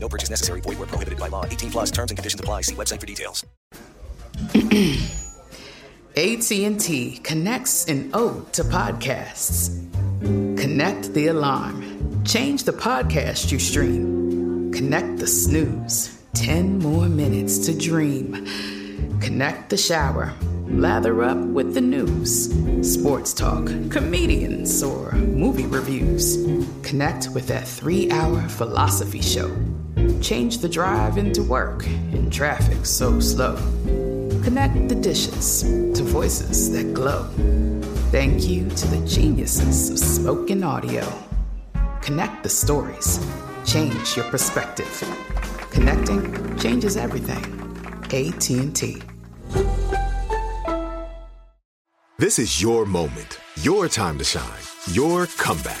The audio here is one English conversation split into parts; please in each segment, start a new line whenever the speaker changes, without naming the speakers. No purchase necessary. Void where prohibited by law. 18 plus terms and conditions apply. See website for details.
AT&T connects an ode to podcasts. Connect the alarm. Change the podcast you stream. Connect the snooze. 10 more minutes to dream. Connect the shower. Lather up with the news, sports talk, comedians, or movie reviews. Connect with that three hour philosophy show. Change the drive into work in traffic so slow. Connect the dishes to voices that glow. Thank you to the geniuses of spoken audio. Connect the stories. Change your perspective. Connecting changes everything. AT&T.
This is your moment, your time to shine, your comeback.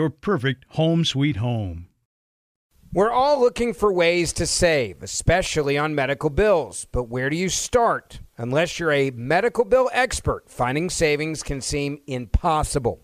your perfect home sweet home.
We're all looking for ways to save, especially on medical bills. But where do you start? Unless you're a medical bill expert, finding savings can seem impossible.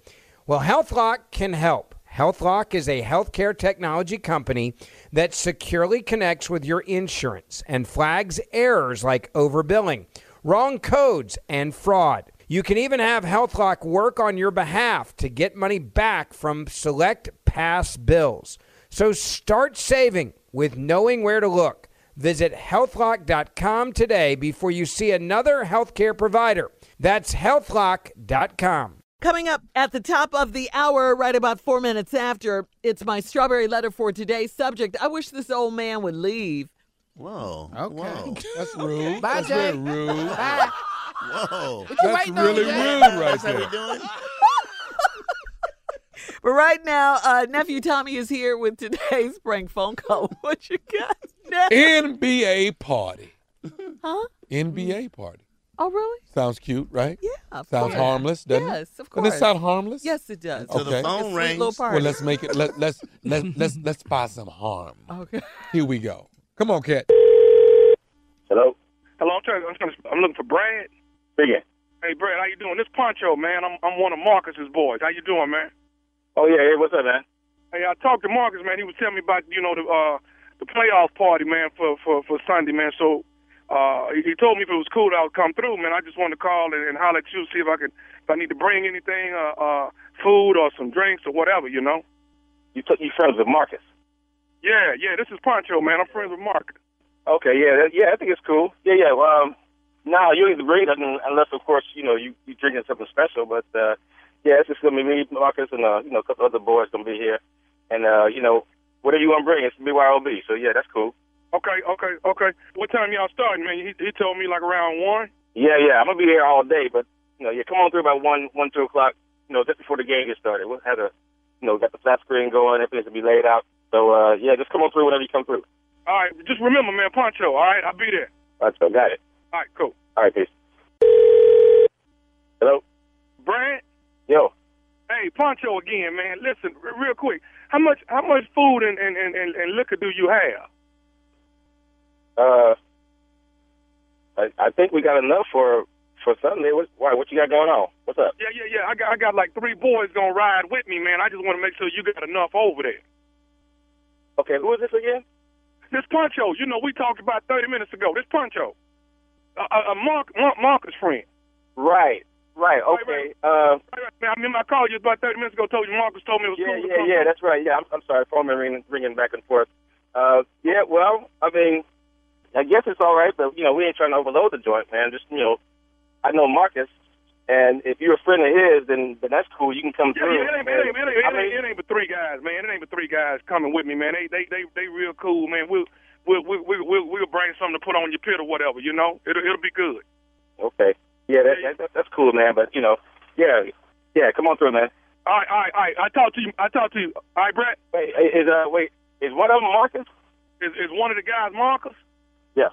Well, HealthLock can help. HealthLock is a healthcare technology company that securely connects with your insurance and flags errors like overbilling, wrong codes, and fraud. You can even have HealthLock work on your behalf to get money back from select past bills. So start saving with knowing where to look. Visit healthlock.com today before you see another healthcare provider. That's healthlock.com.
Coming up at the top of the hour, right about four minutes after, it's my strawberry letter for today's subject. I wish this old man would leave.
Whoa.
Okay.
Whoa.
That's rude.
Bye,
That's
Jay.
very rude.
Bye.
Whoa.
That's
really rude right
That's how we
there.
doing?
But right now, uh, nephew Tommy is here with today's prank phone call. What you got? Nep-
NBA party.
Huh?
NBA party.
Oh, really?
Sounds cute, right?
Yeah. of
Sounds
course.
harmless, doesn't it?
Yes, of
Doesn't
course.
it sound harmless?
Yes, it does.
Okay.
Till the
It's a
phone
sweet
rings.
little party.
Well, let's make it. Let, let's let let's let's buy some harm.
Okay.
Here we go. Come on, cat.
Hello. Hello, I'm trying. I'm, trying to, I'm looking for Brad. Speaking. Hey, Brad, how you doing? This Poncho, man. I'm I'm one of Marcus's boys. How you doing, man?
Oh yeah, hey, what's up, man?
Hey, I talked to Marcus, man. He was telling me about you know the uh the playoff party, man, for for for Sunday, man. So. Uh, he he told me if it was cool, I would come through, man. I just wanted to call and, and holler at you, see if I could, if I need to bring anything, uh, uh, food or some drinks or whatever, you know.
You took you friends with Marcus?
Yeah, yeah. This is Poncho, man. I'm friends with Marcus.
Okay, yeah, that, yeah, I think it's cool. Yeah, yeah. Well, um, no, you don't need to bring nothing unless, of course, you know, you you drinking something special. But uh, yeah, it's just gonna be me, Marcus, and uh, you know, a couple other boys gonna be here, and uh, you know, whatever you want to bring, it's BYOB. So yeah, that's cool.
Okay, okay, okay. What time y'all starting, man? He, he told me like around one.
Yeah, yeah, I'm gonna be here all day, but you know, yeah, come on through about one, one, two o'clock. You know, just before the game gets started, we'll have a, you know, got the flat screen going, everything's gonna be laid out. So uh, yeah, just come on through whenever you come through.
All right, just remember, man, Poncho. All right, I'll be there.
All right, so got it.
All right, cool.
All right, peace. Hello,
Brad,
yo.
hey, Poncho again, man. Listen, r- real quick, how much how much food and and and, and, and liquor do you have?
Uh, I, I think we got enough for for Sunday. What, why? What you got going on? What's up?
Yeah, yeah, yeah. I got, I got like three boys gonna ride with me, man. I just want to make sure you got enough over there.
Okay, who is this again?
This Puncho, you know, we talked about 30 minutes ago. This Puncho, a uh, uh, Mark, Mark, Marcus friend.
Right, right. Okay. Uh,
Right, right, man, I remember I called you about 30 minutes ago. Told you Marcus told me it was
yeah,
cool. to
yeah,
come.
yeah. That's right. Yeah, I'm, I'm sorry. Phone been ringing, ringing back and forth. Uh, yeah. Well, I mean, I guess it's all right, but you know, we ain't trying to overload the joint, man. Just you know, I know Marcus, and if you're a friend of his, then then that's cool. You can come
Yeah,
through.
yeah, it ain't, it ain't, it ain't, it ain't, it ain't but three guys, man. It ain't but three guys coming with me, man. They they they they real cool, man. We'll we'll we'll we'll, we'll, we'll bring something to put on your pit or whatever, you know. It'll it'll be good.
Okay. Yeah, that, that, that, that's cool, man. But you know, yeah, yeah. Come on through, man.
All right, all right, all right. I talk to you. I talk to you. All right, Brett.
Wait, is uh, wait, is one of them Marcus?
Is is one of the guys Marcus?
Yeah.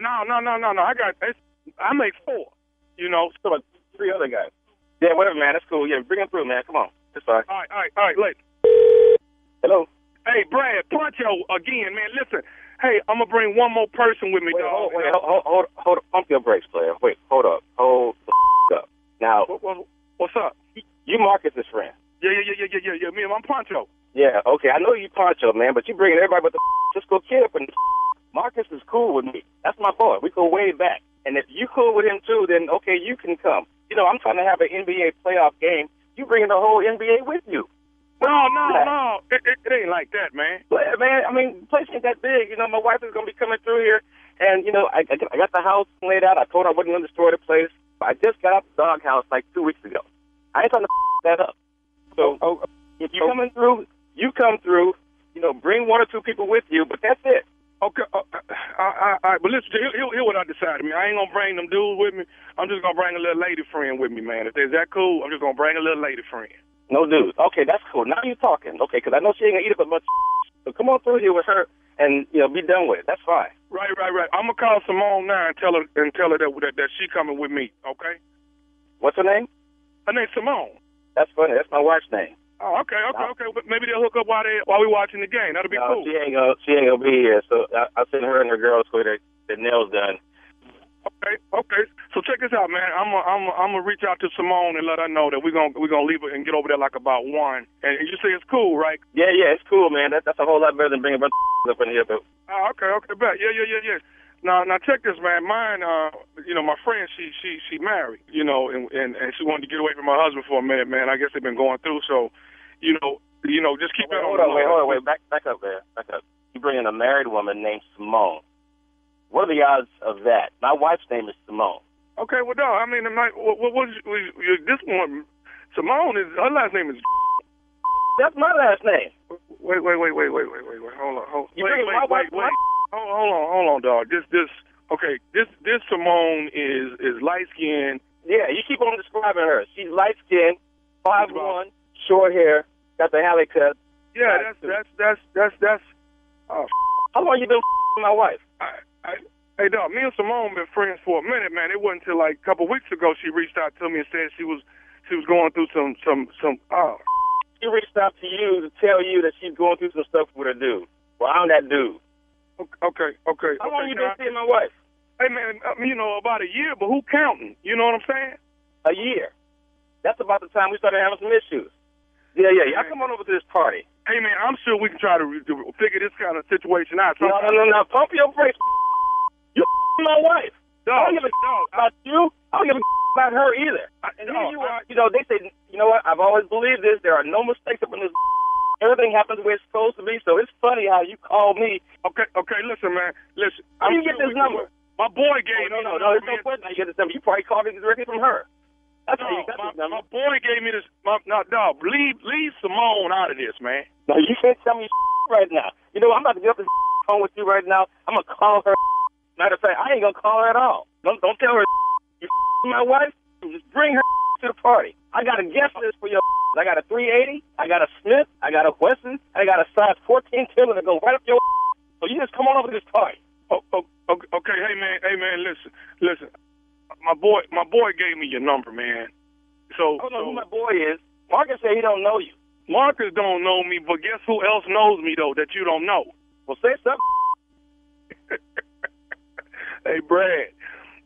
No, no, no, no, no. I got. It's, I make four. You know.
So like three other guys. Yeah, whatever, man. That's cool. Yeah, bring him through, man. Come on. That's fine.
All right, all right, all right. Later.
Hello.
Hey, Brad, Poncho again, man. Listen. Hey, I'm gonna bring one more person with me,
Wait,
dog.
hold, wait, hold, hold, hold, hold, pump your brakes, player. Wait, hold up, hold the up. Now,
What, what, what's up?
you Marcus's friend.
Yeah, yeah, yeah, yeah, yeah, yeah. Me and my Poncho.
Yeah, okay, I know you Poncho, man, but you bringing everybody but the Cisco kid up and Marcus is cool with me. That's my boy. We go way back. And if you cool with him too, then okay, you can come. You know, I'm trying to have an NBA playoff game. You bringing the whole NBA with you.
No, no,
Yeah.
no. It, it, it ain't like that, man.
But, man, I mean, the place ain't that big. You know, my wife is gonna be coming through here, and you know, I, I got- I got the house laid out. I told her I wouldn't destroy the place. I just got out the doghouse like two weeks ago. I ain't trying to that up. So if you're coming through, you come through. You know, bring one or two people with you, but that's it.
Okay, uh, uh, I, I, I, but listen, hear, hear, hear what I decided, man. I ain't gonna bring them dudes with me. I'm just gonna bring a little lady friend with me, man. If is that cool, I'm just gonna bring a little lady friend.
No dudes. Okay, that's cool. Now you're talking. Okay, 'cause I know she ain't gonna eat up as much. So come on through here with her, and you know, be done with it. That's fine.
Right, right, right. I'm gonna call Simone now and tell her and tell her that that, that she coming with me. Okay.
What's her name?
Her name's Simone.
That's funny. That's my wife's name.
Oh, okay, okay, okay. But maybe they'll hook up while they while we watching the game. That'll be
No,
cool.
she ain't gonna she ain't gonna be here. So I, I sent her and her girls with their, their nails done.
Okay, okay. So check this out, man. I'm i I'm i am I'm gonna reach out to Simone and let her know that we're gonna we're gonna leave her and get over there like about one. And you say it's cool, right?
Yeah, yeah, it's cool, man. That, that's a whole lot better than bringing brother up in here. But
Oh, okay, okay, bet. Yeah, yeah, yeah, yeah. Now, now check this, man. Mine, uh, you know, my friend, she, she, she married, you know, and, and and she wanted to get away from her husband for a minute, man. I guess they've been going through, so, you know, you know, just keep
wait,
that
hold
on.
on,
the
wait,
low.
hold on, wait, back back up there, back up. You bringing a married woman named Simone. What are the odds of that? My wife's name is Simone.
Okay, well, no, I mean, I'm like, what, what was was- you- this one? Simone is her last name is.
That's my last name.
Wait, wait, wait, wait, wait, wait, wait, wait. Hold on, hold.
You
wait,
bringing my
wait, wait,
wife-
wait. Hold, hold on, hold on, dog. This, this. Okay, this, this Simone is is light skinned
Yeah, you keep on describing her. She's light skinned, five one, short hair, got the alley cut.
Yeah,
Right.
that's that's that's that's that's. Oh,
How long you been with my wife?
I, I, hey, dog. Me and Simone been friends for a minute, man. It wasn't until like a couple weeks ago she reached out to me and said she was she was going through some some some. Oh,
She reached out to you to tell you that she's going through some stuff with a dude. Well, I'm that dude.
okay, okay. okay,
How long you been
now-
seeing my wife?
Hey, man. I mean, You know, about a year, but who counting? You know what I'm saying?
A year. That's about the time we started having some issues. Yeah, yeah. Y'all come on over to this party.
Hey, man. I'm sure we can try to, re- to figure this kind of situation out.
No, no, no, no. Pump your brakes. You my wife. I
Dog,
don't give a
dog, I-
about you. I don't give a about her either. And here
dog,
you
I-
are. You know, they say, you know what? I've always believed this. There are no mistakes up in this. Everything happens the way it's supposed to be. So it's funny how you call me.
Okay, okay. Listen, man. Listen.
How
I'm
do you get
sure we
this
can-
number?
My boy gave
Oh, no,
me
no,
the
no.
number,
There's no
man.
question. how You get this number. You probably called me directly from her. That's how you
No,
got
my,
this number.
my boy gave me this. My, no, dog, leave, leave Simone out of this, man.
No, you can't tell me right now. You know, I'm about to get off this phone with you right now. I'm gonna call her. Matter of fact, I ain't gonna call her at all. Don't don't tell her. You my wife. Just bring her to the party. I got a guest list for your. I got a 380. I got a Smith. I got a Wesson. I got a size 14 killer that go right up your. So you just come on over to this party.
Oh, oh, okay, okay, hey man, hey man, listen, listen. My boy, my boy gave me your number, man. So,
I don't know who
so
my boy is. Marcus said he don't know you.
Marcus don't know me, but guess who else knows me though that you don't know?
Well, say something.
Hey Brad,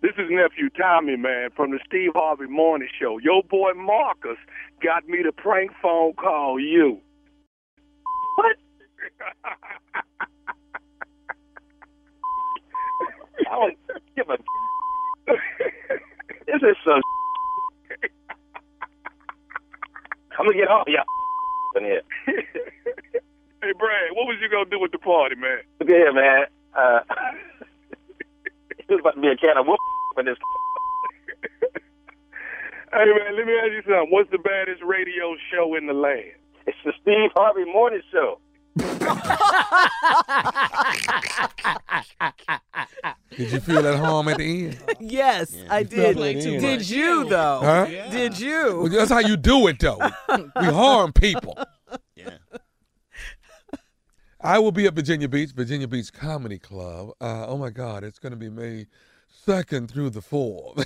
This is nephew Tommy, man, from the Steve Harvey Morning Show. Your boy Marcus got me to prank phone call you.
What? I don't give a. this is some. I'm gonna get all y'all in here.
Hey, Brad, what was you gonna do with the party, man?
Look at here, man. Uh, it was about to be a can of whoop when this.
Hey, man, let me ask you something. What's the baddest radio show in the land?
It's the Steve Harvey Morning Show.
Did you feel at home at the end?
Yes, I did.
Probably did.
Did you though?
Huh?
Did you?
Well, that's how you do it, though. We harm people.
Yeah.
I will be at Virginia Beach, Virginia Beach Comedy Club. Uh, oh my God, it's going to be May 2nd through the 4th.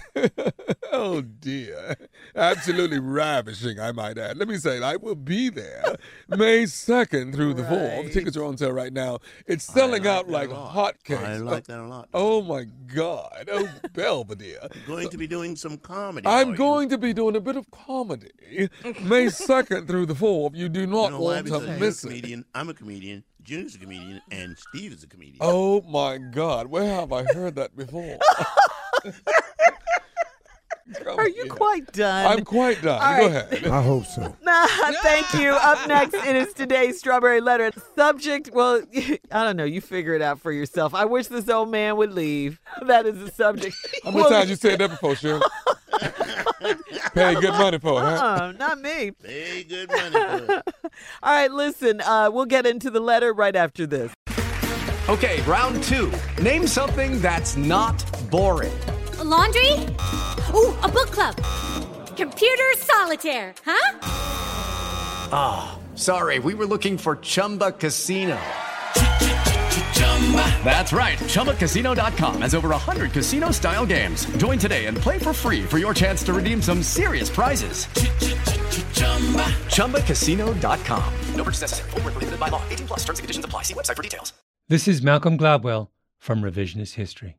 oh dear. Absolutely ravishing, I might add. Let me say, it, I will be there May 2nd through the 4th. Tickets are on sale right now. It's selling
like
out
that
like
a lot.
hotcakes.
I like that a lot.
Oh my God. Oh, Belvedere.
Going to be doing some comedy. are
I'm
you?
going to be doing a bit of comedy May 2nd through the 4th. You do
You
not
know why?
want to
Because you're a
miss it.
comedian. I'm a comedian. Junior's a comedian, and Steve is a comedian.
Oh my God, where have I heard that before? Come
Are you
here.
quite done?
I'm quite done.
All
Go
right.
ahead.
I hope so.
Nah, Ah, thank you. Up next, it is today's strawberry letter. Subject, well, I don't know. You figure it out for yourself. I wish this old man would leave. That is the subject.
How many times you said that before, Shirley? Pay good money for it, huh?
Uh-uh, not me.
Pay good money for it.
All right, listen. Uh, we'll get into the letter right after this.
Okay, round two. Name something that's not boring.
laundry? Ooh, a book club. Computer solitaire, huh?
Ah, sorry, we were looking for Chumba Casino. That's right, ChumbaCasino.com has over 100 casino style games. Join today and play for free for your chance to redeem some serious prizes. ChumbaCasino.com. No purchase necessary, forward, prohibited by law, 18 plus terms and conditions apply. See website for details.
This is Malcolm Gladwell from Revisionist History.